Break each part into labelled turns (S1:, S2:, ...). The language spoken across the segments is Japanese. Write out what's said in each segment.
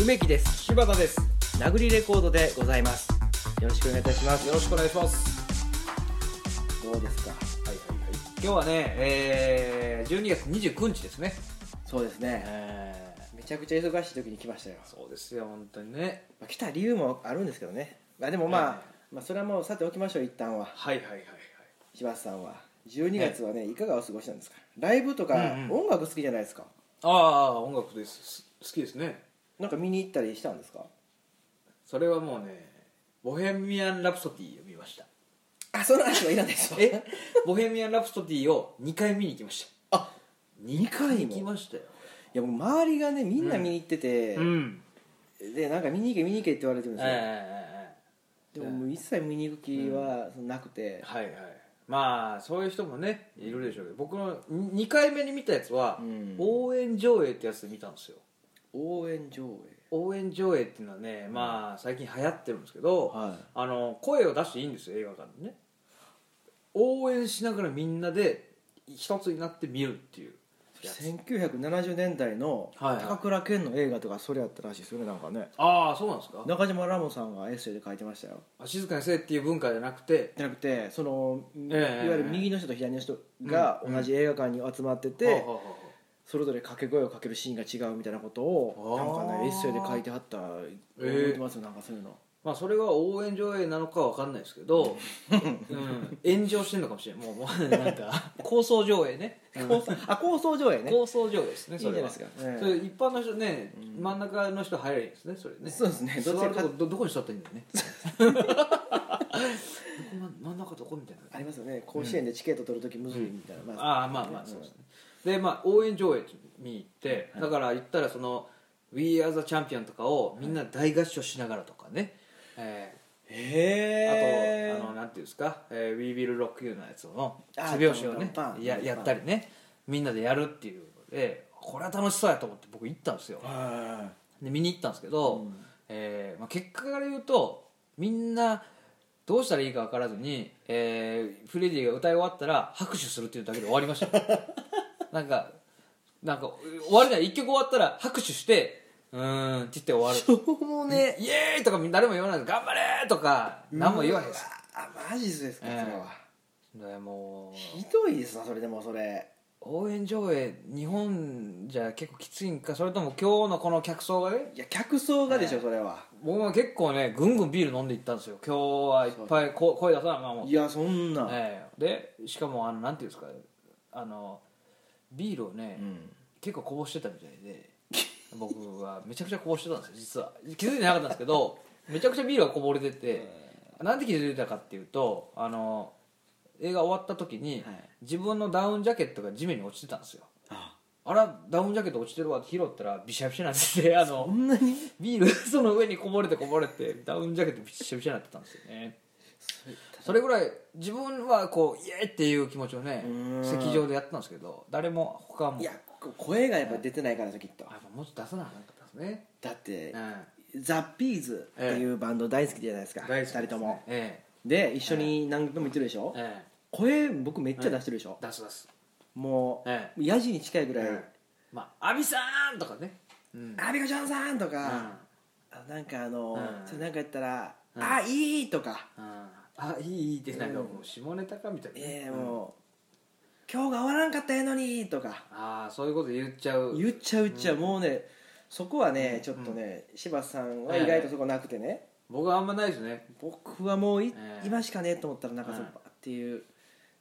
S1: 梅木です
S2: 柴田です
S1: 殴りレコードでございますよろしくお願いいたします
S2: よろしくお願いします
S1: どうですか
S2: はいはいはい今日はね、えー、12月29日ですね
S1: そうですねめちゃくちゃ忙しい時に来ましたよ、
S2: そうですよ本当にね
S1: まあ、来た理由もあるんですけどね、まあ、でもまあ、まあそれはもうさておきましょう一旦は
S2: はいはいはいはい
S1: 柴田さんは12月はね、いかがお過ごしなんですかライブとか
S2: うんうん
S1: 音楽好きじゃないですか、
S2: ああ音楽ですす好きですね
S1: なんか見に行ったりしたんですか
S2: それはもうね「ボヘミアン・ラプソディ」を見ました
S1: あその話はいらない です
S2: えボヘミアン・ラプソディを2回見に行きました
S1: あ
S2: 2
S1: 回も
S2: 行きましたよ
S1: いやもう周りがねみんな見に行ってて、
S2: ん
S1: でなんか見に行け見に行けって言われてるんですよ、
S2: え
S1: でももう一切見に行く気はそのなくて
S2: え、はいはいまあそういう人もねいるでしょうけど僕の2回目に見たやつは、
S1: うん
S2: 応援上映ってやつで見たんですよ
S1: 応援上映
S2: 応援上映っていうのはね、まあ最近流行ってるんですけど、
S1: はい
S2: あの声を出していいんですよ映画館でね応援しながらみんなで一つになって見るっていうやつ
S1: 1970年代の
S2: はいはい
S1: 高倉健の映画とかそれやったらしいですよねなんかね
S2: ああそうなんですか
S1: 中島ラモさんがエッセイで書いてましたよ
S2: あ静かにせえっていう文化じゃなくて
S1: じゃなくてその、
S2: ええ
S1: いわゆる右の人と左の人が
S2: うん
S1: 同じ映画館に集まってて、
S2: はあはあは
S1: それぞれ掛け声をかけるシーンが違うみたいなことを
S2: あー
S1: なんかねエッセイで書いてはった覚えてますよ、なんかそういうの
S2: あまあそれが応援上映なのかは分かんないですけ ど、うん、炎上してるのかもしれないもうもうなんか構想上映ね、うん
S1: 構想あ構想上映ね
S2: 構想上映です
S1: い
S2: ね
S1: いじゃ
S2: そ
S1: ない
S2: れ
S1: で
S2: は
S1: すか、ええ
S2: それ一般の人ね、
S1: うん
S2: 真ん中の人入れるんですねそれね
S1: そうですね
S2: 座
S1: どっち
S2: る
S1: か
S2: とこどどこに座ったらいいんだよねどこ 真ん中どこみたい
S1: あ
S2: な
S1: りますよね甲子園でチケット取るときむずいみたいな、まあ
S2: ああまあまあそうですねでまあ応援上映見に行ってだから言ったらその「We Are the Champion」とかをみんな大合唱しながらとかね、えー
S1: へ
S2: あとあのなんていうんですか「えー We Will Rock You」のやつの手
S1: あー
S2: 拍子をね
S1: パンパンパン
S2: ややったりねみんなでやるっていうのでこれは楽しそうやと思って僕行ったんですよ
S1: は
S2: で見に行ったんですけ
S1: い
S2: ど、えーまあ、結果から言うとみんなどうしたらいいか分からずに、えーフレディが歌い終わったら拍手するっていうだけで終わりま したよなんかなんか終わりない一曲終わったら拍手してうーんって言って終わる
S1: しょうもね
S2: イエーイとか誰も言わないです頑張れとか何も言わへんです
S1: あマジですかそれは、
S2: でもう
S1: ひどいですなそれでもそれ
S2: 応援上映日本じゃ結構きついんかそれとも今日のこの客層がね
S1: いや客層がでしょ、
S2: ね
S1: それは
S2: 僕は結構ねぐんぐんビール飲んでいったんですよ今日はいっぱいこ声出さなあかん思って
S1: いやそんな、
S2: ええでしかもあのなんていうんですかあのビールをね、
S1: うん
S2: 結構こぼしてたみたいで僕はめちゃくちゃこぼしてたんですよ実は気づいてなかったんですけどめちゃくちゃビールがこぼれてて、なんで気づいたかっていうとあの映画終わった時に、
S1: はい
S2: 自分のダウンジャケットが地面に落ちてたんですよ
S1: あ
S2: あらダウンジャケット落ちてるわって拾ったらびしゃびしゃになっててあ
S1: こ
S2: の
S1: んなに
S2: ビールその上にこぼれてこぼれてダウンジャケットびしゃびしゃになってたんですよねそれぐらい自分はこうイエーっていう気持ちをね
S1: うーん
S2: 席上でやったんですけど誰も他はもう
S1: いやこ声がやっぱ出てないからですよきっと
S2: あやっぱもうちょっと出さなあかんかったですね、
S1: だって
S2: う、ん、
S1: ザ・ピーズっていうバンド大好きじゃないですか、二
S2: ですね
S1: 人とも
S2: え
S1: で一緒に何度も言ってるでしょ、
S2: ええ
S1: 声僕めっちゃ出してるでしょ、
S2: え出す出す
S1: もう、
S2: え
S1: ヤジに近いぐらい
S2: えまあ阿ビさんとかねうん
S1: 「アビコちゃんさん」と
S2: うん
S1: か、あなんかあの、
S2: うん
S1: それなんかやったら「
S2: うん
S1: あいい」とか
S2: うんあいいいいってなんかもう下ネタかみたい
S1: 「
S2: な、
S1: ええ
S2: うん
S1: もう、今日が終わらんかったらええのに」とか
S2: ああそういうこと言っちゃう
S1: 言っちゃう言っちゃう、
S2: うん
S1: もうねそこはね、
S2: うん
S1: ちょっとね柴田さんは意外とそこなくてね、
S2: 僕はあんまないですね
S1: 僕はもうい、
S2: ええ
S1: 今しかねえと思ったらなんかそ
S2: うん
S1: ばっていう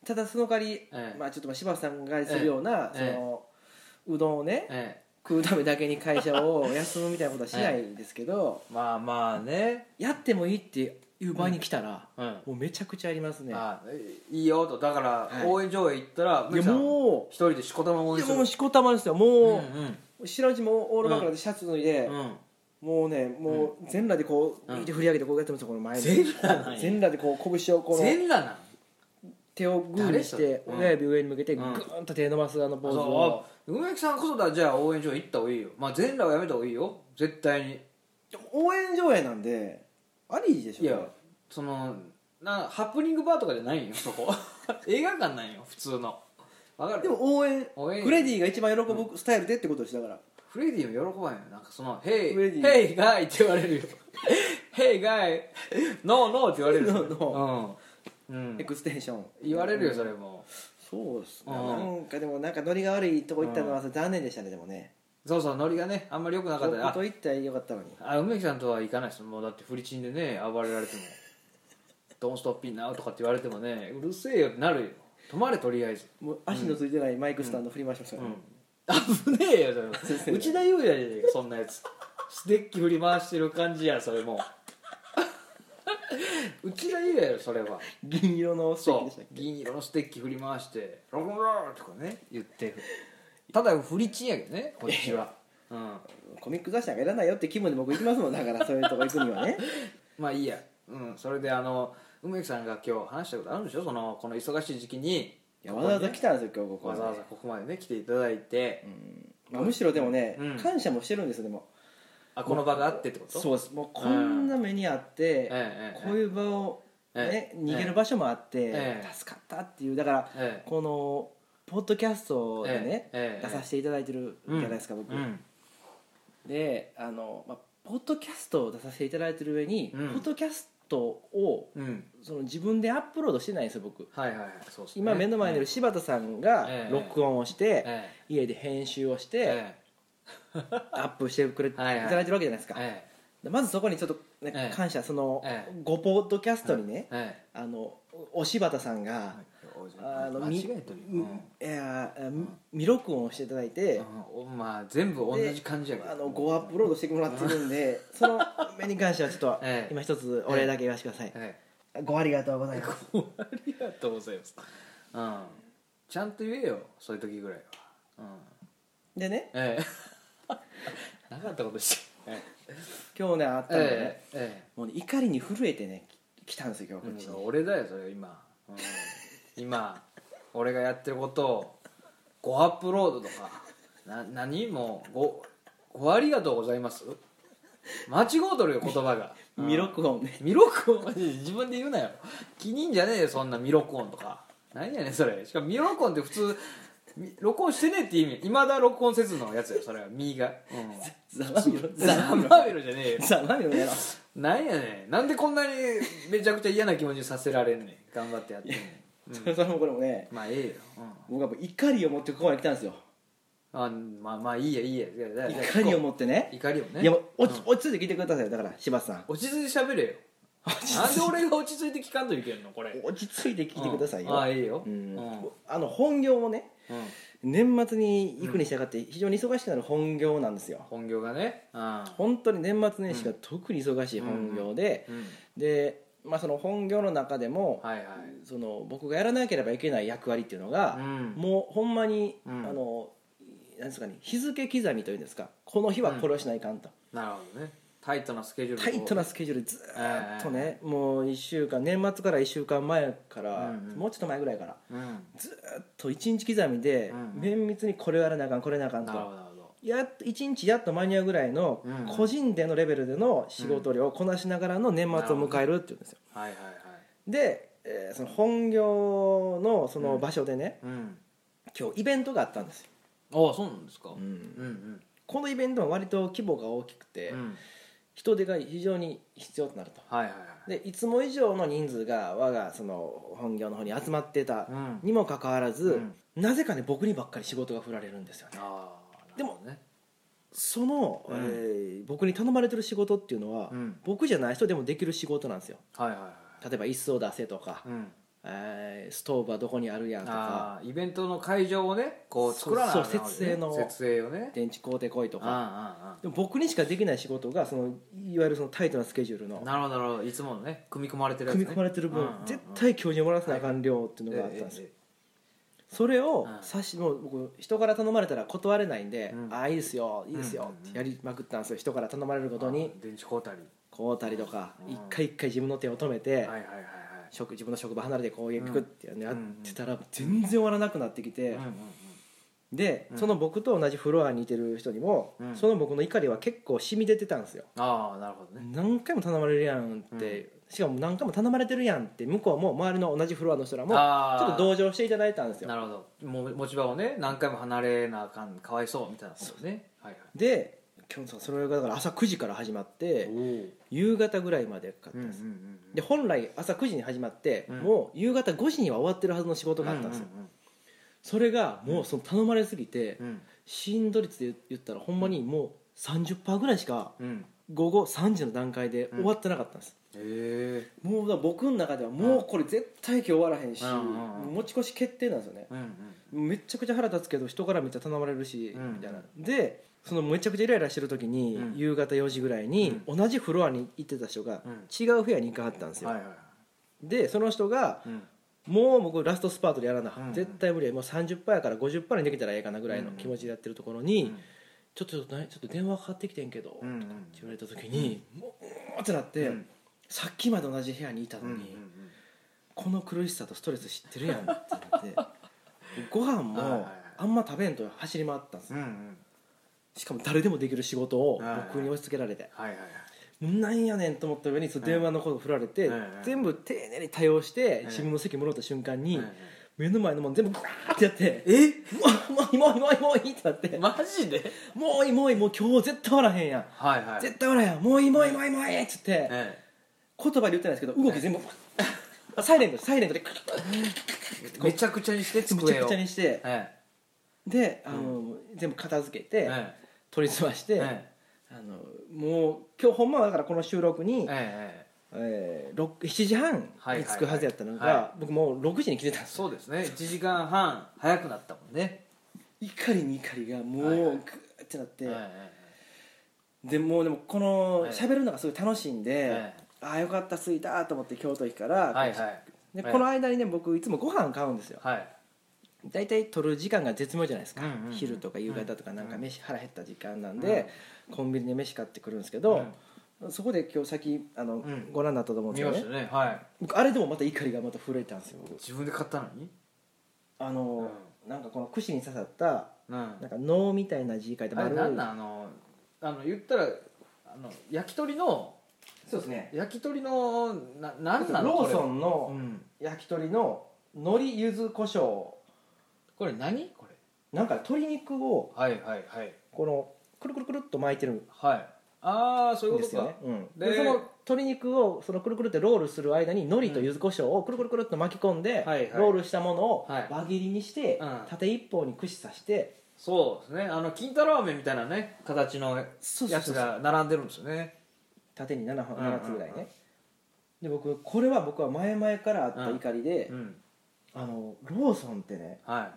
S1: ただその代わり、
S2: ええ
S1: まあ、ちょっとまあ柴田さんがするような、
S2: ええ
S1: そのうどんをね、
S2: え
S1: 食うためだけに会社を休むみたいなことはしないんですけど、
S2: えまあまあね
S1: やってもいいっていう場に来たら、
S2: うん
S1: もうめちゃくちゃありますね
S2: あいいよとだから、
S1: はい
S2: 応援上映行ったら
S1: いやも
S2: う一人でしこたま応
S1: う
S2: 援
S1: いや
S2: する
S1: もうしこたまですよも
S2: う
S1: う、
S2: んうん
S1: 知らんうちもうオールバックなんでシャツ脱いで、
S2: うん
S1: もうねもう全裸でこ
S2: う
S1: う
S2: ん
S1: 右手振り上げてこうやってますよこの前で
S2: 全裸なんや
S1: 全裸でこう拳をこの
S2: 全裸なん
S1: 手をグーにし
S2: 誰
S1: て
S2: それ
S1: 親指上に向けて
S2: う
S1: グ
S2: ん
S1: ーンと手伸ばすあのポーズを
S2: そう梅木さんこそだじゃあ応援上映行った方がいいよまあ全裸はやめた方がいいよ絶対に
S1: でも応援上映なんでありでしょ
S2: いやそのなハプニングバーとかじゃないよそ こ映画館なんよ普通のわかる
S1: でも応援
S2: 応援
S1: フレディが一番喜ぶスタイルでってことでしだから
S2: フレディも喜ばんよなんかその「ヘイ
S1: フレディ
S2: ヘイガイ」って言われ るよ「ヘイガイ」「ノーノー」って言われるよ
S1: No,
S2: うん、うん
S1: エ、クステンション
S2: 言われるよそれも、
S1: そうです
S2: う
S1: ね
S2: ん
S1: なんかでもなんかノリが悪いとこ行ったのは残念でしたねでもね
S2: そうそうノリがねあんまり良くなかったね
S1: こ
S2: あ
S1: と行ったらよかったのに
S2: あ梅木さんとは行かないですもうだってフリチンでね暴れら れても「ドンストッピンナウ」とかって言われてもねうるせえよってなるよ止まれとりあえず
S1: もう足のついてないマイクスタンド振り回しました
S2: う
S1: か
S2: ん危ねえよそれ内田裕也じゃねえかそんなやつステッキ振り回してる感じやそれもう内田裕也よそれは
S1: ら銀色のステーキ
S2: そ
S1: でしたっ
S2: う銀色のステッキ振り回して「ロコロロとかね言ってただフリチンやけどねこっち は、うん、
S1: けコミック雑誌なんかいらないよって気分で僕行きますもんだからそういうとこ行くに はね
S2: まあいいや、うん、それであの梅木さんが今日話したことあるんでしょそのこの忙しい時期に
S1: いやわざわざ来たんですよ今日こ
S2: ここ
S1: こ
S2: にねわざわざここまでね来ていただいて、
S1: うんまあ、むしろでもね、
S2: うん
S1: 感謝もしてるんですよでも
S2: あこの場があってってこと、
S1: そううですもうこんな目にあって、
S2: ええええ
S1: こういう場を、ね
S2: ええ
S1: 逃げる場所もあって、
S2: ええ
S1: 助かったっていうだから、
S2: ええ
S1: このポッドキャストでね、
S2: ええええ
S1: 出させていただいてるじゃないですか、僕、
S2: うん
S1: であの、まあ、ポッドキャストを出させていただいてる上に、
S2: うん
S1: ポッドキャストを
S2: うん、
S1: その自分でアップロードしてないんですよ僕
S2: はいはいはいそうですね
S1: 今目の前にいる柴田さんが
S2: ええ
S1: 録音をして、
S2: え
S1: 家で編集をして、
S2: ええ
S1: アップしてくれてい
S2: はいはい
S1: ただいてるわけじゃないです
S2: え
S1: か、
S2: え
S1: でまずそこにちょっと、ね
S2: ええ
S1: 感謝その、
S2: ええ
S1: ごポッドキャストにね、
S2: え
S1: あのお柴田さん
S2: え
S1: が、あの
S2: 間
S1: み
S2: 違えてるよ、うん
S1: いやー未録音をしていただいて、
S2: うんまあ全部同じ感じやけど
S1: あのごアップロードしてもらってるんで、その目に関してはちょっと、
S2: ええ
S1: 今一つお礼だけ言わせてください、
S2: え
S1: ごありがとうございます
S2: え、ありがとうございます、うん、ちゃんと言えよそういう時ぐらいは、うん
S1: でね
S2: え えなかったことしてえ
S1: 今日ねあったのでね、
S2: ええ
S1: もうね怒りに震えてねき来たんですよ今
S2: え
S1: 日こっちに、
S2: 俺だよそれ今、うん今俺がやってることをごアップロードとかな何もうごごありがとうございます間違うとるよ言葉が、うん
S1: 未録音ね
S2: ミロクオンマジで自分で言うなよ気に入んじゃねえよそんなミロクオンとか何やねんそれしかもミロクオンって普通み録音してねえって意味いまだ録音せずのやつよそれはミーが、 うん、
S1: ざまみろ
S2: ざ
S1: ざまみろ
S2: まみろじゃねえよ
S1: さあ何をやろう
S2: なんやねんなんでこんなにめちゃくちゃ嫌な気持ちさせられんねん頑張ってやってんね
S1: それもこれもね
S2: んまあええよ、
S1: 僕はもう怒りを持ってここまで来たんですよ
S2: うん、あまあまあいいやいいやいやいやいや
S1: 怒りを持ってね
S2: 怒りをね
S1: いやもう落ち落ち着いて聞いてくださいよだから柴田さん
S2: 落ち着いて喋れよなんで俺が落ち着いて聞かんといけんのこれ
S1: 落ち着いて聞いてくださいよ、
S2: うんああいいよ
S1: う
S2: うんん
S1: あの本業もね
S2: うん
S1: 年末に行くに従って非常に忙しくなる本業なんですよ
S2: 本業がねうん
S1: 本当に年末年始が特に忙しい本業で、
S2: うん
S1: で、まあ、その本業の中でも、
S2: はいはい
S1: その僕がやらなければいけない役割っていうの
S2: う
S1: が、
S2: ん
S1: もうほんまに、
S2: うん
S1: あのなんですかね日付刻みというんですかこの日はこれをしないかんと、
S2: なるほどねタイトなスケジュール
S1: タイトな
S2: ス
S1: スケジュールでずーっとね、もう1週間年末から1週間前から、
S2: うんうん
S1: もうちょっと前ぐらいから
S2: うん
S1: ずーっと1日刻みで、
S2: うんうん
S1: 綿密にこれをやらなあかんこれなあかん
S2: なる
S1: と
S2: ほどなるほど
S1: やっと1日やっと間に合うぐらいの
S2: うん
S1: 個人でのレベルでの仕事量をこなしながらの年末を迎えるっていうんですよ
S2: はいはいはい
S1: で、えーその本業のその場所でね、
S2: うん
S1: 今日イベントがあったんですよ、
S2: ああそうなんですかうん
S1: ん
S2: うん
S1: このイベントは割と規模が大きくて、
S2: うん
S1: 人手が非常に必要となると
S2: はいはいはい
S1: でいつも以上の人数が我がその本業の方に集まってた
S2: うん
S1: にもかかわらず、
S2: うん
S1: なぜかね僕にばっかり仕事が振られるんですよね
S2: ああ
S1: でも
S2: ね
S1: その、
S2: うん
S1: えー僕に頼まれてる仕事っていうのは、
S2: うん
S1: 僕じゃない人でもできる仕事なんですよ
S2: はいはいはい
S1: 例えば椅子を出せとか、
S2: うん
S1: えーストーブはどこにあるやんと
S2: あ
S1: か
S2: あイベントの会場をねこう作らない
S1: そうそう設営の
S2: 設営をね
S1: 電池買うてこいと
S2: ああ
S1: か
S2: ああ
S1: でも僕にしかできない仕事がそのいわゆるそのタイトなスケジュール
S2: ああ
S1: の
S2: なるほどなるほどいつものね組み込まれてるやつ
S1: 組
S2: ね
S1: み込まれてる分、
S2: うんうんうん
S1: 絶対今日にもらわせなあかん量っていうのがあったんですよ、それ
S2: う
S1: を
S2: ん
S1: 差しもう僕人から頼まれたら断れないんで「
S2: うん
S1: ああいいですよいいです
S2: うん
S1: よ
S2: うんうん」
S1: ってやりまくったんですよ人から頼まれることに
S2: ああ電池交代は
S1: こうたりとか
S2: うん
S1: 一回一回自分の手を止めて、
S2: いはいはいはい
S1: 職自分の職場離れてこういうピクってやってたら全然終わらなくなってきて、
S2: うんうん
S1: で
S2: うん
S1: その僕と同じフロアにいてる人にも、
S2: うん
S1: その僕の怒りは結構染み出てたんですよ
S2: ああなるほどね
S1: 何回も頼まれるやんってしかも何回も頼まれてるやんって向こうも周りの同じフロアの人らもち
S2: あー
S1: ょっと同情していただいたんですよ
S2: なるほども持ち場をね何回も離れなあかんかわいそうみたいなことねはいはい
S1: できょんさんそれがだから朝9時から始まって夕方ぐらいまでかかった
S2: うんうんん
S1: で
S2: う
S1: す、
S2: ん
S1: で本来朝9時に始まって、
S2: うん
S1: もう夕方5時には終わってるはずの仕事があったんですよ、それがもうその頼まれすぎて、
S2: うんうん
S1: 振動率で言ったらほんまにもう30%ぐらいしか
S2: うんうん
S1: 午後3時の段階で終わってなかったんです、
S2: へ
S1: もうだから僕の中ではもうこれ絶対今日終わらへんし、
S2: うんうんうん
S1: 持ち越し決定なんですよね
S2: えうんうん
S1: めっちゃくちゃ腹立つけど人からめっちゃ頼まれるし、
S2: うん
S1: みたいなでそのめちゃくちゃイライラしてる時に、
S2: うん
S1: 夕方4時ぐらいに、同じフロアに行ってた人が、
S2: うん
S1: 違う部屋に行かはったんですよ、
S2: はいはいはい
S1: でその人が
S2: うん
S1: もう僕ラストスパートでやらな、
S2: うん
S1: 絶対無理やもう30%やから50%にできたらええかなぐらいの気持ちでやってるところに、ちょっと何ちょっと電話かかってきてんけど、
S2: うんうん
S1: って言われた時に、もうってなって、
S2: うん
S1: さっきまで同じ部屋にいた
S2: う
S1: の
S2: ん
S1: に、
S2: うん
S1: この苦しさとストレス知ってるやんってなって ご飯
S2: はいはい
S1: も
S2: はい
S1: あんま食べんと走り回ったんです
S2: うんうん
S1: しかも誰でもできる仕事を
S2: はいはい
S1: 僕に押し付けられて
S2: はいはいはい
S1: なんやねんと思った上にその電話のこと振られて
S2: はいはい
S1: 全部丁寧に対応して
S2: い
S1: 自分の席戻った瞬間に
S2: はいはい
S1: 目の前のもん全部ガーってやって
S2: え
S1: 「もうもうもうもういい」ってなって
S2: マジで
S1: 「もういいもういいもう今日絶対おらへんやん
S2: はいはい
S1: 絶対おらへんやんもういいもういいもういいもういい」っつって
S2: え
S1: 言葉で言ってないですけど動き全部サイレントサイレントでカッ
S2: えめちゃくちゃにして
S1: てむち
S2: 机
S1: ゃ
S2: を
S1: くちゃにして
S2: え
S1: であの全部片付けて
S2: ええ
S1: 取り済まして
S2: え
S1: あ
S2: え
S1: のもう今日ほんまはだからこの収録に
S2: ええ
S1: えーろく7時半
S2: はいはいは
S1: に
S2: い
S1: 着くはずやったの
S2: は
S1: が僕もう6時に来てたんです
S2: そうですね1時間半早くなったもんね
S1: 怒りに怒りがもうグ
S2: はいはい
S1: ーってなって
S2: ええ
S1: でもうでもこの
S2: ええ
S1: 喋るのがすごい楽しいんで
S2: ええ
S1: ああよかった着いたと思って京都駅か
S2: はい
S1: ら
S2: はい
S1: で
S2: ええ
S1: この間にね僕いつもご飯買うんですよ
S2: はい
S1: 大体取る時間が絶妙じゃないですか
S2: うんうんうん
S1: 昼とか夕方とかなんか
S2: うん
S1: 飯腹減った時間なんでコンビニで飯買ってくるんですけどそこで今日先あの
S2: ん
S1: ご覧になったと思うんで
S2: 見
S1: すよ
S2: ま
S1: ね
S2: したねはい
S1: 僕あれでもまた怒りがまた震えたんですよ僕
S2: 自分で買ったのに
S1: あの、なんかこの串に刺さった
S2: うん
S1: なんか能みたいな字書いて
S2: あ
S1: 丸
S2: れなんなんあのあの言ったらあの焼き鳥の
S1: そうですね
S2: 焼き鳥のななんなの
S1: ロー
S2: ン
S1: ソン
S2: う
S1: の
S2: ん
S1: 焼き鳥の海苔柚子胡椒
S2: これ何これ
S1: なんか鶏肉を
S2: はいはいはい
S1: このくるくるくるっと巻いてるん
S2: はいああそういう
S1: で
S2: こ
S1: す
S2: とか
S1: よね、うん、
S2: で
S1: でその鶏肉をそのくるくるってロールする間に海苔と柚子胡椒をくるくるくるっと巻き込ん
S2: は
S1: で、
S2: いはい
S1: ロールしたものを
S2: はい
S1: 輪切りにして、
S2: うん
S1: 縦一方に串刺して
S2: そうですねあの金太郎飴みたいなね形の
S1: そうそう
S2: やつ
S1: そうそう
S2: が並んでるんですよね
S1: 縦に 7, 本
S2: うんうんうん
S1: 7つぐらいね、で僕これは僕は前々からあった怒りで、
S2: うん
S1: あのローソンってね
S2: は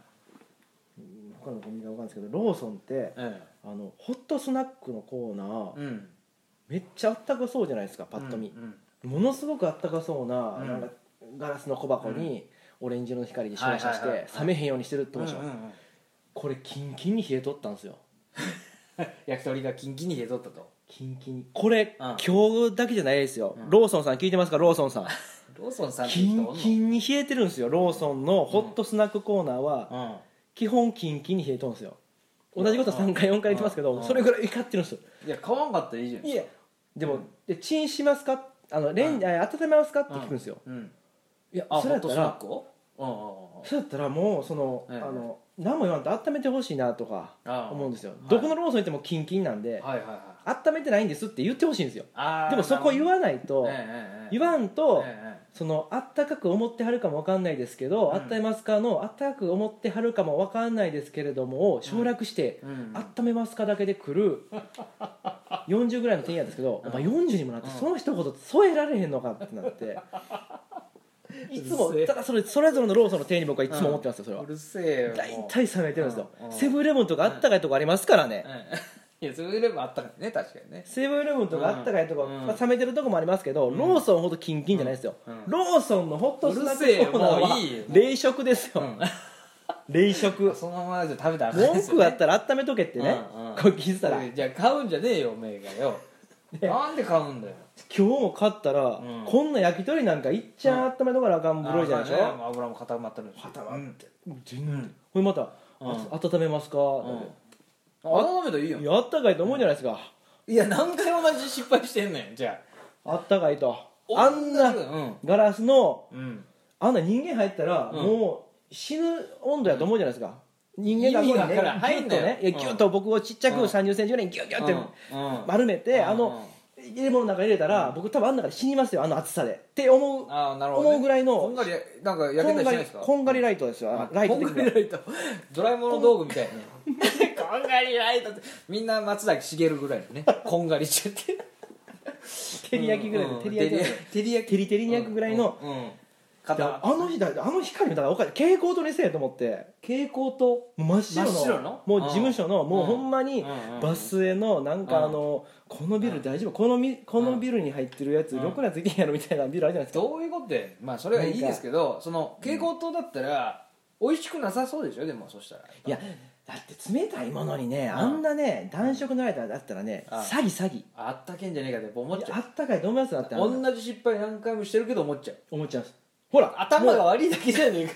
S2: い
S1: 他のコンビニが分かんないですけどローソンって
S2: え
S1: あのホットスナックのコーナー、
S2: えうん
S1: めっちゃあったかそうじゃないですかパッと見
S2: う、んうん
S1: ものすごくあったかそうな,、
S2: うん
S1: なんかガラスの小箱にオレンジ色の光で照射し
S2: はいはい
S1: て
S2: はい
S1: 冷めへんようにしてるって
S2: うん
S1: 思
S2: う
S1: うでしょ、
S2: んうん
S1: これキンキンに冷えとったんですよ
S2: 焼き鳥がキンキンに冷えとったと
S1: キンキンにこれ、
S2: うん
S1: 今日だけじゃないですよ、
S2: うん
S1: ローソンさん聞いてますかローソンさん
S2: ローソンさんって
S1: キ
S2: 人
S1: ン
S2: おんの
S1: キンに冷えてるんですよローソンのホットスナックコーナーは
S2: うん
S1: 基本キンキンに冷えとるんですよ同じこと3回4回言ってますけ
S2: う
S1: ど
S2: ん
S1: それぐらい怒ってるんですよ
S2: いや買わんかったらいいじゃん
S1: いやでもでチンしますかあのレン、あ温めますかって聞くんですよ、
S2: うん
S1: いや
S2: あホ
S1: それ
S2: ッ
S1: やった
S2: トスナッ
S1: ら
S2: クをうんうんうん
S1: そうやったらもうその,、
S2: ええ
S1: あの何も言わんと温めてほしいなとか
S2: ああ
S1: 思うんですよ、
S2: はい
S1: どこのローソン行ってもキンキンなんで、
S2: はいはいはい
S1: 温めてないんですって言ってほしいんですよ
S2: あー
S1: でもそこ言
S2: なる
S1: わない
S2: ほ
S1: と
S2: ど、ええええ
S1: 言わんと、
S2: えええ
S1: そのあったかく思ってはるかもわかんないですけど、
S2: うん
S1: あっためますかのあったかく思ってはるかもわかんないですけれどもを省略して、
S2: えうん
S1: あっためますかだけで来る 40ぐらいの店員やったんですけど、
S2: うん
S1: お前40にもなって
S2: うん
S1: その一言添えられへんのかってなっていつも
S2: うるせえ
S1: ただそれそれぞれのローソンの店員に僕はいつも思ってますよそれは
S2: うるせえよもう
S1: 大体冷めてるんですよ
S2: うんうん
S1: セブンイレブンとかあったかいとこありますからね
S2: ええいやそれでもあったからね確かにね
S1: セブンイレブンとかあったかいとこ、
S2: うん
S1: まあ冷めてるとこもありますけど、ローソンほどキンキンじゃないですよ、
S2: うん
S1: ローソンのホットスナック
S2: うるせえよ
S1: コーナー
S2: も
S1: は
S2: ういいよ
S1: 冷食ですよ、冷 食
S2: そのままじゃ食べたらあかんで
S1: 文
S2: すよ
S1: 句
S2: ね
S1: があったら温めとけってね、
S2: うんうん
S1: これ聞いてたら 今
S2: じゃあ買うんじゃねえよおめえが よなんで買うんだよ
S1: 日も買ったら、
S2: ん
S1: こんな焼き鳥なんかいっちゃん温めとかなあかんブロいじゃないでしょ、
S2: あまあね油も固まってるし
S1: 固まって全
S2: う
S1: 然
S2: ん
S1: これまた、
S2: うん
S1: あ温めますか、
S2: あ温めたらいいよ
S1: いやあったかいと思うじゃないですか、
S2: いや何回同じ失敗してんねんじゃ
S1: あったかいとあんな
S2: うん
S1: ガラスの
S2: うん
S1: あんな人間入ったら、
S2: うん
S1: もう死ぬ温度やと思うじゃないですか、人間が
S2: 意味わからん
S1: こうねギュッとね、
S2: 入んなよ
S1: いやギュッと僕をちっちゃく
S2: うん
S1: 3 0ンチぐらいにギュッギュッて
S2: うん
S1: 丸めて、
S2: うん
S1: あの入れ物の中に入れたら、僕多分あん中で死にますよあの暑さでって思う
S2: あーなるほど、ね、
S1: 思うぐらいの
S2: こんがりなんか焼け
S1: こ
S2: たりし
S1: ん
S2: な
S1: が
S2: い
S1: り
S2: ですか
S1: こんがりライトですよ、
S2: あ
S1: ライト的
S2: こんが
S1: な
S2: りライトドラえもんの道具みたいねこんがりライトってみんな松崎しげるぐらいのねこんがりしちゃって
S1: 照り焼きぐらいの
S2: うん
S1: 照り焼きぐらいの
S2: 照り焼き
S1: 照り照りに焼くぐらいの、
S2: うんうん
S1: で
S2: 肩
S1: あの日だあの光見たらおかしい蛍光灯にせえと思って
S2: 蛍光灯
S1: もう真っ白の
S2: 真っ白の
S1: もう
S2: うん
S1: 事務所の、もうほんまに
S2: うんうんうん
S1: バスへのなん
S2: うん
S1: かあの、このビル大丈夫このみこ
S2: う
S1: の
S2: ん
S1: ビルに入ってるやつ、
S2: うん
S1: ろくなやついてんやろみたいなビルあるじゃないですか、
S2: どういうことでまあそれはいいですけどその蛍光灯だったら美味しくなさそうでしょでもそしたら
S1: いやだって冷たいものにね、
S2: ん
S1: あんなね暖色のライターだったらね、
S2: うん
S1: 詐欺詐欺
S2: あったけんじゃねえかって思っち
S1: あ
S2: ゃ
S1: ったかいと思いますだってあんな
S2: う同じ失敗何回もしてるけど思っちゃう
S1: 思っちゃうんですほら
S2: 頭
S1: も
S2: が
S1: う
S2: 悪いだけじゃねえか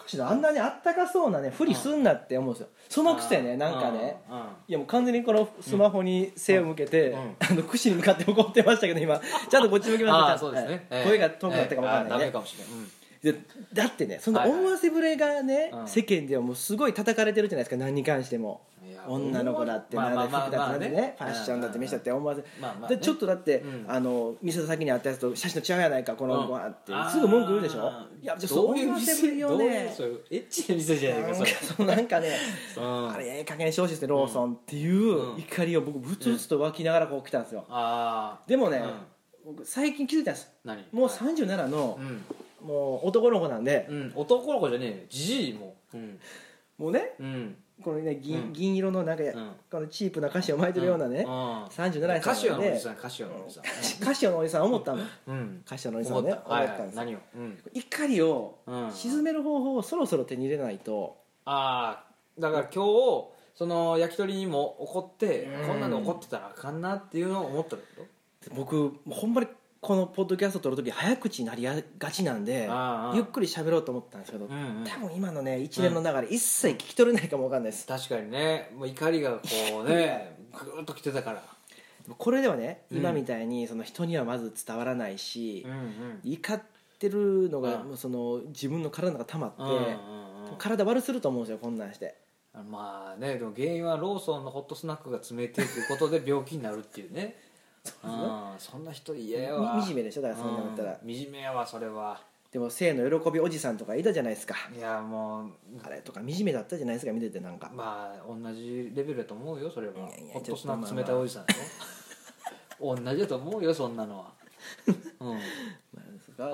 S1: おかしいなあんなにあったかそうなねふりすんなって思うんですよそのくせねなんかね
S2: うんうん
S1: いやもう完全にこのスマホに背を向けて、
S2: うんうん
S1: あの串に向かって怒ってましたけど今ちゃんとこっち向けました
S2: あーそうですね、
S1: はい
S2: ええ
S1: 声が遠くなったかもわかんない
S2: ええあーダ
S1: ね
S2: メ、かもしれない、うん
S1: でだってねその
S2: はいはい
S1: 思わせぶれがね、
S2: うん
S1: 世間ではもうすごい叩かれてるじゃないですか何に関しても
S2: いや
S1: 女の子だってなんだ服
S2: ま
S1: だ
S2: あ
S1: って
S2: まあま
S1: な
S2: あ
S1: んでねファッションだって飯だって思わせ
S2: まあまあね
S1: でちょっとだって、
S2: うん
S1: あの店の先にあったやつと写真と違うやないかこの子はって、
S2: うん
S1: すぐ文句言うでしょ
S2: あー
S1: いやじゃあ
S2: ど
S1: そう
S2: いう
S1: 思わせぶ
S2: 店
S1: り
S2: ど
S1: を
S2: ういう
S1: ね
S2: そういうエッチな店じゃねえ
S1: な
S2: か
S1: ん
S2: そ
S1: か
S2: れ
S1: そうなんかね
S2: うん
S1: あれええ加減してほしいですねローソンっていう怒りを僕ぶつぶつと湧きながらこう来たんですよ
S2: あ
S1: でもね、
S2: うん
S1: 僕最近気づいたんです
S2: ー何
S1: もう
S2: さ
S1: 37の
S2: う、ん、
S1: もう男の子なんで、
S2: うん、男の子じゃねえよじじいもううん
S1: もうね
S2: うん
S1: このね銀,、
S2: うん
S1: 銀色のなんか、
S2: ん
S1: このチープな歌詞を巻いてるようなね、
S2: うん
S1: 37
S2: カシ
S1: 歳
S2: オ
S1: なん
S2: のお
S1: で
S2: じさんカシオのおじさん
S1: 歌手のおじさん思ったの
S2: うん
S1: 歌手のおじさん
S2: 思
S1: は
S2: っ
S1: ね
S2: たはい
S1: 思っ
S2: は
S1: た
S2: い
S1: んです
S2: 何をうん
S1: 怒りを
S2: うん
S1: 沈める方法をそろそろ手に入れないと、
S2: ああだから今日その焼き鳥にも怒って、
S1: うん
S2: こんなの怒ってたらあかんなっていうのを思ったってこ
S1: 僕ほんまにこのポッドキャスト撮る時早口になりやがちなんで
S2: とああ
S1: ゆっくり喋ろうと思ったんですけど、
S2: うんうん
S1: 多分今のね一連の流れ一切聞き取れないかもわかんないです、
S2: 確かにねもう怒りがこう ねぐーっときてたから
S1: これではね
S2: うん
S1: 今みたいにその人にはまず伝わらないし
S2: うん、うん
S1: 怒ってるのが
S2: うん
S1: もうその自分の体の中溜まって、
S2: うんうんうん
S1: 体悪すると思うんですよこんなんして
S2: あのまあねでも原因はローソンのホットスナックが冷てえということで病気になるっていうね
S1: うですね
S2: うんそんな人嫌やわ
S1: み惨めでしょだからそんなのだったら、
S2: うん惨めやわそれは
S1: でも性の喜びおじさんとかいたじゃないですか
S2: いやもう
S1: あれとか惨めだったじゃないですか見ててなんか
S2: まあ同じレベルだと思うよそれはい
S1: やいや
S2: ホットスナッ
S1: ちょっとまあ
S2: ク
S1: まあ
S2: 冷たいおじさんよ同じだと思うよそんなのはうん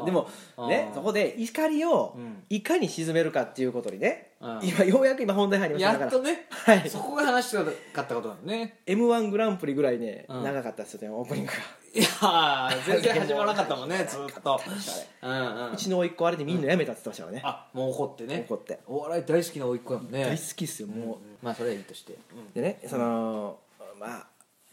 S1: でも
S2: うん
S1: ねそこで怒りを
S2: うん
S1: いかに沈めるかっていうことにね
S2: うん
S1: 今よう やく今本題入りました
S2: や
S1: だ
S2: っ
S1: か
S2: と
S1: ら
S2: ね
S1: はい
S2: そこが話したかったことなのね
S1: m 1グランプリぐらいね
S2: うん
S1: 長かったですよねオープニングが
S2: いやー全然始まらなかったもん ねずっとうんうん
S1: うちの甥っ子あれでみんなやめたって言ってましたからね
S2: あもう怒ってね
S1: 怒って
S2: お笑い大好きな甥っ子やもんね
S1: 大好きっすよも
S2: うんまあそれはいいとして
S1: うでねそのまあ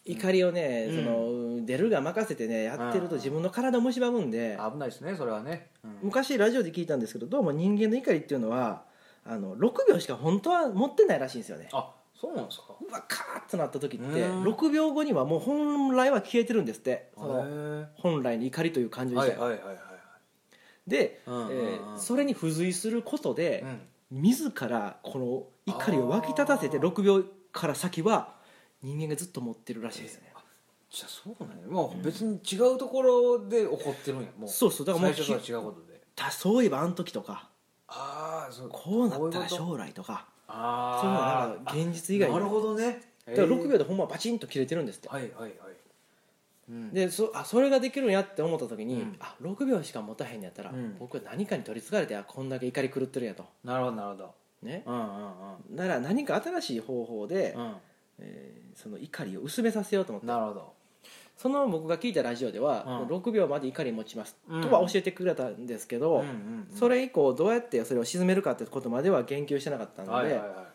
S1: 怒りをね
S2: うん
S1: その出るが任せてねやってると自分の体を蝕むんで
S2: 危ないですねそれはねうん
S1: 昔ラジオで聞いたんですけどどうも人間の怒りっていうのはあの6秒しか本当は持ってないらしいんですよね
S2: あそうなんですか
S1: うわカーッとなった時って
S2: うん
S1: 6秒後にはもう本来は消えてるんですってその
S2: へ
S1: 本来の怒りという感
S2: え
S1: 情
S2: は
S1: 自
S2: い
S1: 体は
S2: はいはいはい
S1: で、
S2: うんうんうん
S1: えーそれに付随することで
S2: う、ん
S1: 自らこの怒りを湧き立たせて
S2: あー
S1: 6秒から先は人間がずっと持ってるらしいですね、
S2: じゃあそうなんやもう別に違うところで怒ってるんやもう
S1: そうそうだからもう
S2: 最初とは違うことで
S1: たそういえばあの時とか
S2: ああそう
S1: こうなった
S2: こい
S1: ら
S2: こと
S1: 将来とかそういうのは
S2: あ
S1: なん
S2: あ
S1: か現実以外
S2: なる
S1: に
S2: ほどね
S1: だから6秒
S2: だ
S1: でほんまバチンと切れてるんですって、
S2: はいはいはいうん
S1: でそあそれができるんやって思った時に、
S2: うん
S1: あ6秒しか持たへんのやったら、
S2: うん
S1: 僕は何かに取りつかれてあこんだけ怒り狂ってるんやと
S2: なるほどなるほど
S1: ね
S2: うんうんうん
S1: なら何か新しい方法で、
S2: う
S1: えーその怒りを薄めさせようと思っ
S2: ん
S1: て
S2: なるほど
S1: その僕が聞いたラジオでは、
S2: うん
S1: 6秒まで怒り持ちます、
S2: うん
S1: とは教えてくれたんですけど、それ以降どうやってそれを沈めるかってことまでは言及してなかったので、
S2: はいはいは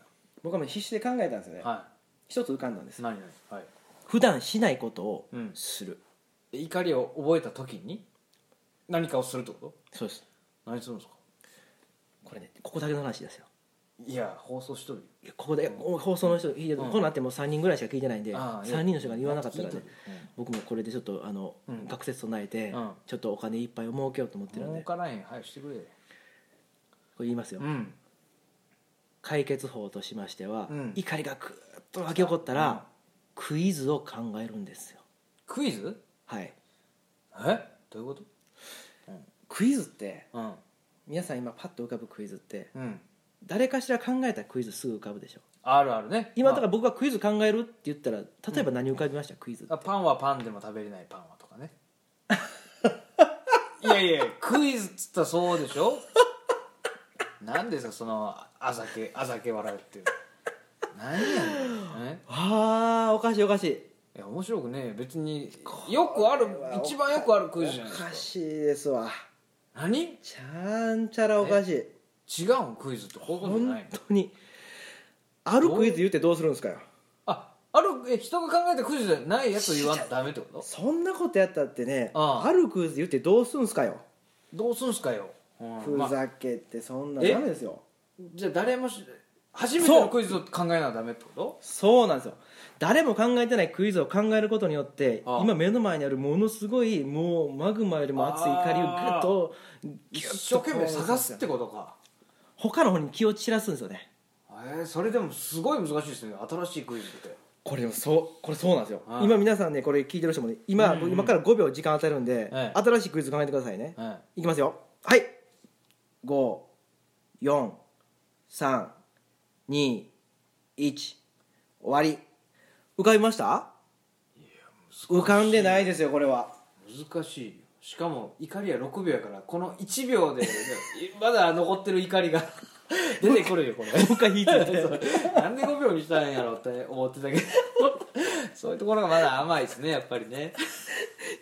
S1: 僕はもう必死で考えたんですよね、
S2: いは
S1: 一つ浮かんだんで
S2: い
S1: す
S2: 何何はい
S1: 普段しないことを
S2: うん
S1: する、
S2: 怒りを覚えた時に何かをするってこと
S1: そうです
S2: 何するんですか
S1: これねここだけの話ですよ
S2: いや放送しとるよ
S1: いやここで放送の人聞いてる、
S2: うん
S1: こうなってもう3人ぐらいしか聞いてないんで
S2: ああいや
S1: 3人の人が言わなかったら
S2: 聞い
S1: ね
S2: とる
S1: 僕もこれでちょっとあの、
S2: うん
S1: 学説備えて、
S2: うん
S1: ちょっとお金いっぱいを儲けようと思ってる
S2: よ
S1: ん
S2: 儲
S1: でこ
S2: からんよ早くしてくれよ
S1: れ言いますよ、
S2: ん
S1: 解決法としましては、
S2: うん
S1: 怒りがぐーっと湧き起こったら、
S2: うん
S1: クイズを考えるんですよ
S2: クイズ
S1: はい
S2: えどういうこと
S1: クイズって
S2: うん
S1: 皆さん今パッと浮かぶクイズって
S2: うん
S1: 誰かしら考えたクイズすぐ浮かぶでしょ
S2: あるあるね
S1: 今だから
S2: ま
S1: 僕がクイズ考えるって言ったら例えば何浮かびました、クイズって
S2: あパンはパンでも食べれないパンはとかね いやいやクイズっつったらそうでしょなんですかそのあざけあざけ笑うっていう何やねんえ
S1: あーおかしいおかしい
S2: いや面白くねえ別によくある一番よくあるクイズじゃ
S1: お
S2: ないですか
S1: かしいですわ
S2: 何違
S1: ちゃんちゃらおかしい
S2: うんクイズってこういうことじゃな
S1: 本
S2: い
S1: 当にあるクイズ言ってどうするんですかよ
S2: ああるえ人が考えたクイズじゃないやつを言わんとダメってこと
S1: そんなことやったってね
S2: あ
S1: あ
S2: あ
S1: るクイズ言ってどうするんですかよ
S2: どうすんすかよ、うん
S1: ふ
S2: まあ
S1: ざけてそんな
S2: え
S1: ダメですよ
S2: じゃあ誰もし初めてのクイズを考えなダメってこと
S1: そうなんですよ誰も考えてないクイズを考えることによって
S2: ああ
S1: 今目の前にあるものすごいもうマグマよりも熱い怒りをグッとギュッと
S2: 一生懸命探すってことか
S1: 他の方に気を散らすんですよね
S2: えー、それでもすごい難しいですね新しいクイズって
S1: これでもそうこれそうなんですよ
S2: ああ
S1: 今皆さんねこれ聞いてる人もね今、
S2: うんうん
S1: 今から5秒時間与えるんで、
S2: ええ
S1: 新しいクイズ考えてくださいね、
S2: え
S1: いきますよはい543210終わり浮かびました浮かんでないですよこれは
S2: 難しいよしかも怒りは6秒やからこの1秒 でまだ残ってる怒りが 出てくるよ これ
S1: もう一回引いてみて
S2: なんで5秒にしたんやろって思ってたけど そういうところがまだ甘いですねやっぱりね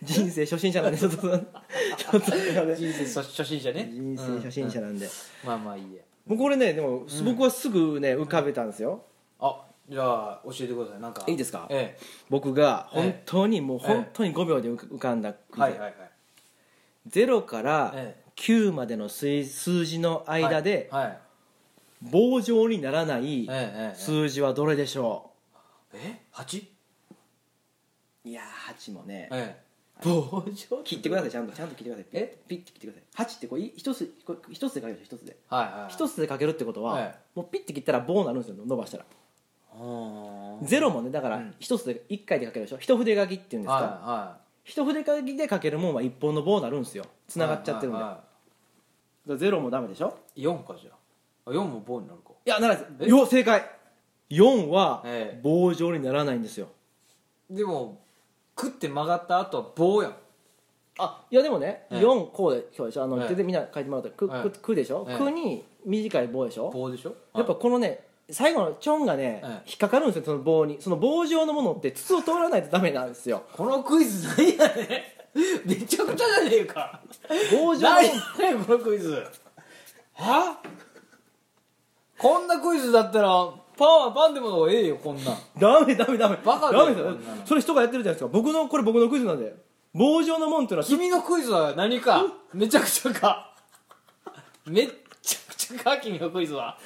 S1: 人生初心 者なんでちょっとちょっとそれはね
S2: 人生初初心者ね
S1: 人生初心者
S2: うん
S1: なんで、
S2: うんまあまあいいや
S1: もうこれねでも、僕はすぐね浮かべたんですよ
S2: あじゃあ教えてくださいなんか
S1: いいですか
S2: え
S1: 僕が
S2: ええ
S1: 本当にもう本当に5秒で浮か浮かんだ
S2: えはいはいはい
S1: 0から
S2: ええ
S1: 9までの数数字の間で
S2: はいはい
S1: 棒状にならない
S2: えええ
S1: 数字はどれでしょ
S2: ええ八
S1: ういやー8もね
S2: え
S1: 棒状切ってくださいちゃんとちゃんと切ってください
S2: え
S1: ピッて切ってください8ってこうい一つこう一つでかけるでしょ一つで
S2: えはいはい
S1: 一つでかけるってことは、
S2: え
S1: もうピッて切ったら棒になるんですよ伸ばしたら
S2: は
S1: ゼロもねだか
S2: う
S1: ら
S2: ん
S1: 一つで一回でかけるでしょ一筆書きっていうん
S2: い
S1: ですか、
S2: は
S1: 一筆書きでかけるもんは一本の棒になるんですよ
S2: い
S1: つながっちゃってるんで、
S2: はいはいは
S1: ゼロもダメでしょ
S2: い四かじゃああ四も棒になるか
S1: いやなら
S2: え
S1: よ正解4は
S2: ええ
S1: 棒状にならないんですよ
S2: でも食って曲がった後は棒やんあ
S1: いやでもね、
S2: ええ
S1: 四こうで今日でしょあの、
S2: ええ
S1: 全然みんな書いてもらったら「く」
S2: ええ
S1: くくでしょ「
S2: ええ
S1: く」に短い棒でしょ
S2: 棒でしょ
S1: やっぱこのね最後のチョンがね、
S2: ええ
S1: 引っかかるんですよその棒にその棒状のものって筒を通らないとダメなんで すよ
S2: このクイズ何やねん めちゃくちゃじゃねえか
S1: 棒状の
S2: 何やねんこのクイズはこんなクイズだったらパンはパンでもええよこんなん
S1: ダメダメダメ
S2: バカだよ
S1: ダメですよ
S2: こんなの
S1: それ人がやってるじゃないですか僕のこれ僕のクイズなんで棒状のもんっていうのは
S2: 君のクイズは何かめちゃくちゃかめっちゃくちゃか君のクイズは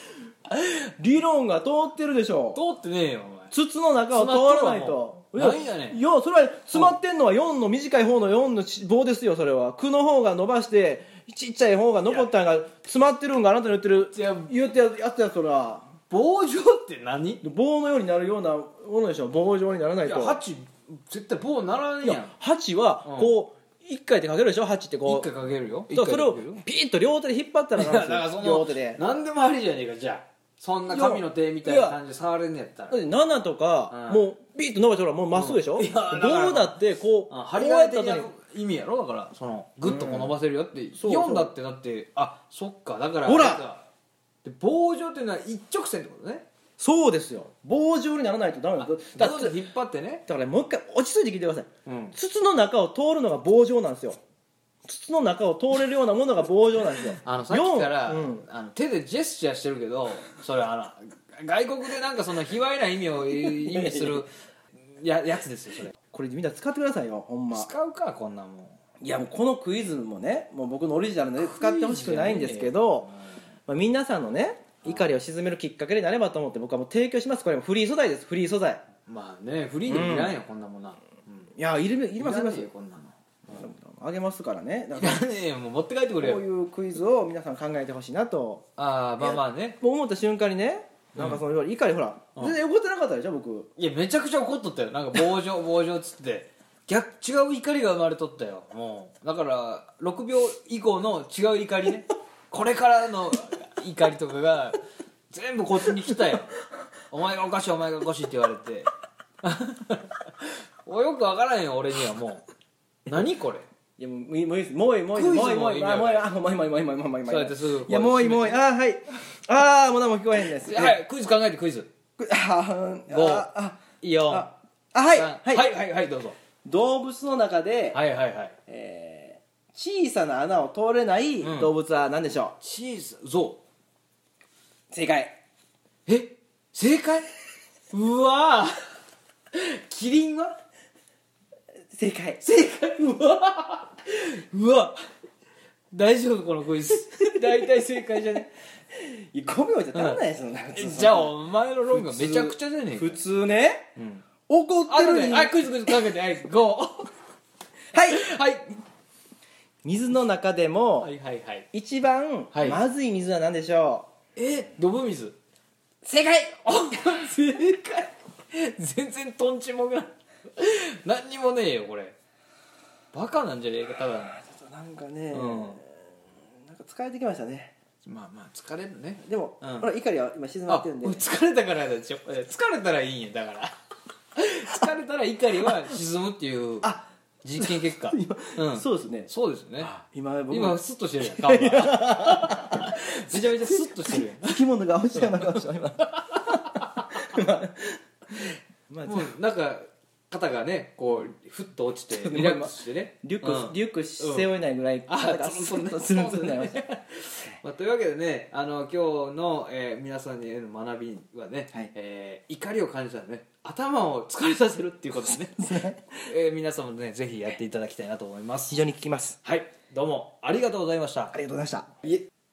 S1: 理論が通ってるでしょ
S2: 通ってねえよお前
S1: 筒の中を通らないと
S2: 詰まっとるわもうなんやねん
S1: よそれは詰まってんのは4の短い方の4のち棒ですよそれは9の方が伸ばしてちっちゃい方が残ったんが詰まってるんがあなたの言ってる
S2: いや
S1: 言ってやってたそら
S2: 棒状って何い
S1: 棒のようになるようなものでしょ棒状にならないと
S2: や8絶対棒ならん
S1: い
S2: やん
S1: や8は
S2: うん
S1: こう1回でかけるでしょ8って
S2: 1
S1: こ
S2: 回かけるよ
S1: うだからそれを
S2: 一回かけるよ
S1: ピーッと両手で引っ張ったら
S2: いや
S1: な
S2: だ
S1: ん
S2: から
S1: です
S2: そ
S1: よ
S2: の
S1: 両手で
S2: 何でもありじゃねえかじゃあそんな神の手みたいな感じで触れんねやったら
S1: だって7とか
S2: うん
S1: もうピーッと伸ばしてほらもうまっすぐでしょ
S2: うんいやだから
S1: 5だってこう
S2: あ
S1: こ
S2: 針
S1: う
S2: 金
S1: やっ
S2: 的
S1: た
S2: な
S1: 時に
S2: 意味やろだからそのグッとこう伸ばせるよって、
S1: そう
S2: 4だってだってあそっかだから
S1: ほら
S2: なんかで棒状っていうのは一直線ってことね
S1: そうですよ棒状にならないとダメなんですだ
S2: だ
S1: だ
S2: か
S1: だ
S2: ら引っ張ってね
S1: からねもう一回落ち着いて聞いてください
S2: うん
S1: 筒の中を通るのが棒状なんですよ筒の中を通れるようなものが棒状なんですよ
S2: あのさっきから、
S1: 四うん
S2: あの手でジェスチャーしてるけどそれあの外国でなんかその卑猥な意味をい意味するややつですよそれ
S1: これみんな使ってくださいよほんま
S2: 使うかこんなもん
S1: いやもうこのクイズもねもう僕のオリジナルで使ってほしくないんですけど、まあ、皆さんのね怒りを鎮めるきっかけになればと思って僕はもう提供しますこれもフリー素材ですフリー素材
S2: まあねフリーでもいらんよ、こんなもんな、うん、
S1: いやいるいりますいりま
S2: ら
S1: す
S2: ねえよこんなの
S1: あげますからねだ
S2: い
S1: から
S2: らねえよもう持って帰ってくれ
S1: こう
S2: よ
S1: いうクイズを皆さん考えてほしいなと
S2: ああまあまあね
S1: もう思った瞬間にねなんかその怒りほら全然怒ってなかったでしょ僕
S2: いやめちゃくちゃ怒っとったよなんか棒状 棒状っつって逆違う怒りが生まれとったよもうだから6秒以降の違う怒りね これからの怒りとかが全部こっちに来たよ お前がおかしいお前がおかしいって言われて およくわからんよ俺にはもう何これ
S1: いやもうもういいですもういいもういい
S2: クイズ
S1: もういいも
S2: も
S1: う
S2: い
S1: い
S2: い
S1: い
S2: よ
S1: あもういいあもういいもういいもういいもういいもういいもういい
S2: そうやってすぐこう
S1: いやもういいもういいあーはいああもう何も聞こえへんです
S2: ではいクイズ考えてクイズ
S1: くあー
S2: 五
S1: ああ
S2: いいよ
S1: ああはい
S2: さん
S1: はい、
S2: はいはいはいどうぞ
S1: 動物の中で、
S2: はいはいはい
S1: えー小さな穴を通れない
S2: うん
S1: 動物は何でしょ
S2: チーズゾ
S1: う、正解
S2: ウえ正解うわーキリンは
S1: 正解
S2: 正解うわーうわ大丈夫このクイズ大体正解じゃ ね
S1: いや5秒じゃ足んないですよ、なんかその
S2: じゃあお前の論がめちゃくちゃじゃねえか
S1: 普通ね、
S2: ん
S1: 怒っ
S2: あ
S1: て
S2: と
S1: る
S2: ね
S1: に
S2: はいクイズクイズかけてはいゴ
S1: は い
S2: ーはい
S1: 水の中でも、
S2: はいはいはい
S1: 一番、
S2: はい
S1: まずい水は何でしょ
S2: えドブ水
S1: う正解
S2: あ正解全然とんちもぐらい何にもねえよこれバカなんじゃねえかただ
S1: なんかね、
S2: の
S1: なんか疲れてきましたね
S2: うんまあまあ疲れるね
S1: でも、
S2: うん
S1: ほら怒りは今静ま
S2: あ
S1: ってるんで
S2: 疲れたからでしょえ疲れたらいいんやだから 疲れたら怒りは沈むっていう
S1: あ
S2: 実験結果
S1: 今、
S2: うん
S1: そうですね
S2: そうですね
S1: 今僕
S2: 今スッとしてるやん顔がめちゃめちゃスッとしてるやん
S1: 生き物が欲しいような顔して今ま あ
S2: もうなんか肩がねこうふっと落ちてリラックスしてね
S1: リュック、
S2: うん
S1: リュック背負えないぐらい、
S2: あ
S1: 肩が
S2: ツルンツルンね
S1: スルンツルンになりました
S2: まあ、というわけでねあの今日の、えー皆さんへの学びはね、
S1: はい
S2: えー怒りを感じたらね頭を疲れさせるっていうこと でね、 えー皆さんもねぜひやっていただきたいなと思います
S1: 非常に効きます
S2: はいどうもありがとうございました
S1: ありがとうございました
S2: いえ